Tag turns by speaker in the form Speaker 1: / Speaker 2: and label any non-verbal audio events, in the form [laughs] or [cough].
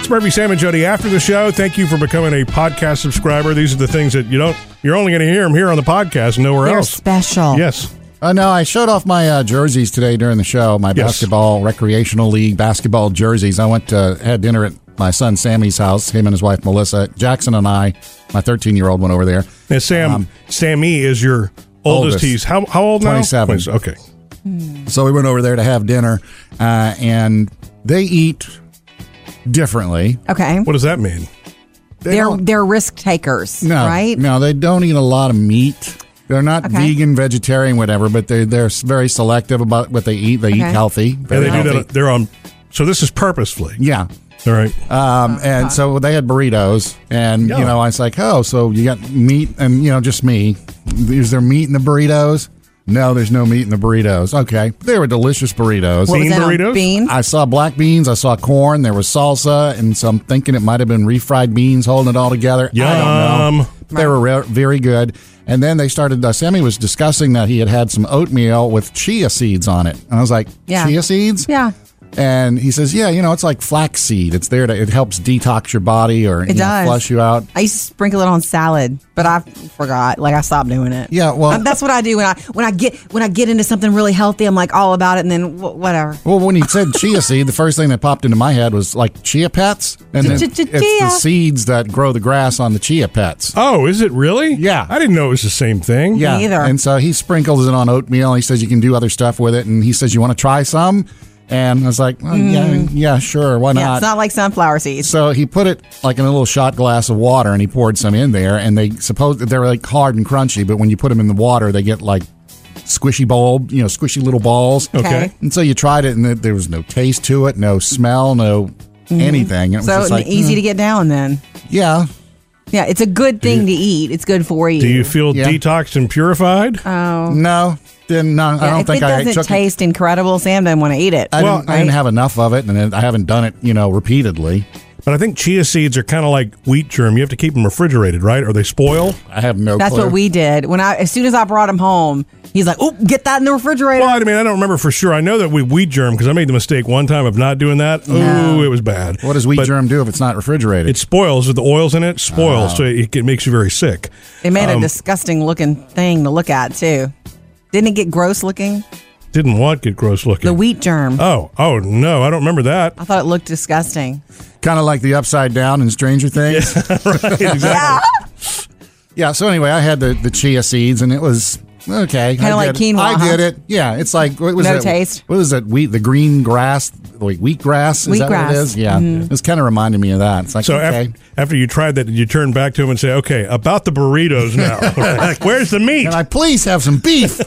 Speaker 1: It's Murphy, Sam, and Jody after the show. Thank you for becoming a podcast subscriber. These are the things that you don't, you're only going to hear them here on the podcast, nowhere
Speaker 2: They're
Speaker 1: else.
Speaker 2: special.
Speaker 1: Yes.
Speaker 3: Uh, no, I showed off my uh, jerseys today during the show. My
Speaker 1: Yes.
Speaker 3: basketball recreational league basketball jerseys. I went to had dinner at my son Sammy's house. Him and his wife Melissa Jackson and I. My 13 year old went over there.
Speaker 1: And Sam, Sammy is your oldest.
Speaker 3: Um, Oldest.
Speaker 1: He's how, how old now?
Speaker 3: 27.
Speaker 1: Okay.
Speaker 3: So we went over there to have dinner, uh, and they eat differently.
Speaker 2: Okay.
Speaker 1: What does that mean?
Speaker 3: They
Speaker 2: They're
Speaker 3: don't-
Speaker 2: they're risk takers,
Speaker 3: no,
Speaker 2: right?
Speaker 3: No, they don't eat a lot of meat. They're not
Speaker 2: Okay.
Speaker 3: vegan, vegetarian, whatever, but they they're very selective about what they eat. They eat
Speaker 2: Okay.
Speaker 3: healthy.
Speaker 1: And
Speaker 3: very
Speaker 1: they do
Speaker 3: healthy.
Speaker 1: that. They're on. So this is purposefully.
Speaker 3: Yeah.
Speaker 1: All right.
Speaker 3: Um, and so they had burritos, and
Speaker 1: Oh, Yeah.
Speaker 3: you know, I was like, oh, so you got meat, and you know, just me. Is there meat in the burritos? No, there's no meat in the burritos. Okay, they were delicious burritos.
Speaker 2: What was
Speaker 1: Bean
Speaker 2: that on
Speaker 1: burritos?
Speaker 2: Bean.
Speaker 3: I saw black beans, I saw corn, there was salsa, and so I'm thinking it might have been refried beans holding it all together. I don't know.
Speaker 1: Yum.
Speaker 3: They were re- very good. And then they started, uh, Sammy was discussing that he had had some oatmeal with chia seeds on it. And I was like,
Speaker 2: Yeah.
Speaker 3: chia seeds?
Speaker 2: Yeah.
Speaker 3: And he says, "Yeah, you know, it's like flaxseed. It's there to it helps detox your body or you know,
Speaker 2: does.
Speaker 3: flush you out."
Speaker 2: I used to sprinkle it on salad, but I forgot. Like I stopped doing it.
Speaker 3: Yeah, well-
Speaker 2: Um, that's what I do when I when I get when I get into something really healthy. I'm like all about it, and then wh- whatever.
Speaker 3: Well, when he said chia seed, the first thing that popped into my head was like chia pets, and then it's
Speaker 2: Ch-ch-ch-chia.
Speaker 3: the seeds that grow the grass on the chia pets.
Speaker 1: Oh, is it really?
Speaker 3: Yeah.
Speaker 1: I didn't know it was the same thing.
Speaker 3: Yeah,
Speaker 2: either.
Speaker 3: and so he sprinkles it on oatmeal. He says you can do other stuff with it, and he says you want to try some. And I was like, well, "Yeah, yeah, sure, why
Speaker 2: Mm. Yeah, it's not like sunflower seeds.
Speaker 3: So he put it like in a little shot glass of water, and he poured some in there. And they suppose they're like hard and crunchy, but when you put them in the water, they get like squishy bulb, you know, squishy little balls.
Speaker 1: Okay.
Speaker 3: And so you tried it, and th- there was no taste to it, no smell, no anything. And it was
Speaker 2: Mm-hmm. So e-
Speaker 3: just like,
Speaker 2: easy to
Speaker 3: mm,
Speaker 2: get down then.
Speaker 3: yeah.
Speaker 2: Yeah, it's a good thing to eat. It's good for you.
Speaker 1: Do you feel
Speaker 3: Yeah.
Speaker 1: detoxed and purified?
Speaker 3: No, then no, I
Speaker 2: Oh. Yeah,
Speaker 3: don't
Speaker 2: if
Speaker 3: think
Speaker 2: it
Speaker 3: I
Speaker 2: doesn't
Speaker 3: took it.
Speaker 2: taste incredible, Sam doesn't want to eat it.
Speaker 3: I,
Speaker 1: Well,
Speaker 3: didn't, I didn't
Speaker 2: right?
Speaker 3: have enough of it, and it- I haven't done it, you know, repeatedly.
Speaker 1: But I think chia seeds are kind of like wheat germ. You have to keep them refrigerated, right? Or they spoil.
Speaker 3: I have no.
Speaker 2: That's
Speaker 3: clue.
Speaker 2: what we did. When I as soon as I brought him home, he's like, "Oh, get that in the refrigerator."
Speaker 1: Well, I mean, I don't remember for sure. I know that we wheat germ because I made the mistake one time of not doing that. Ooh, it was bad.
Speaker 3: What does wheat
Speaker 1: But
Speaker 3: germ Oh. do if it's not refrigerated?
Speaker 1: It spoils. With the oils in it, spoils. So it, it makes you very sick.
Speaker 2: They made a disgusting looking thing to look at too. Didn't it get gross looking?
Speaker 1: Didn't want get gross looking.
Speaker 2: The wheat germ.
Speaker 1: oh, oh no, I don't remember
Speaker 3: [laughs]
Speaker 1: that.
Speaker 2: I thought it looked disgusting.
Speaker 3: kind of like the upside down in Stranger Things.
Speaker 2: Yeah,
Speaker 3: Yeah. So anyway, I had the, the chia seeds, and it was okay.
Speaker 2: Kinda
Speaker 3: I
Speaker 2: like
Speaker 3: did-
Speaker 2: quinoa,
Speaker 3: I
Speaker 2: huh?
Speaker 3: did it. Yeah. It's like what was
Speaker 2: No
Speaker 3: that?
Speaker 2: taste.
Speaker 3: What was that? Wheat, the green grass, like wheat grass. Is that what
Speaker 2: Wheatgrass. Mm-hmm.
Speaker 3: it is? Yeah. It's kind of reminding me of that. It's like
Speaker 1: So
Speaker 3: okay.
Speaker 1: after, after you tried that, did you turn back
Speaker 3: [laughs]
Speaker 1: to him and say, "Okay, about the burritos now? Like, [laughs] where's the meat?"
Speaker 3: Can I please have some beef?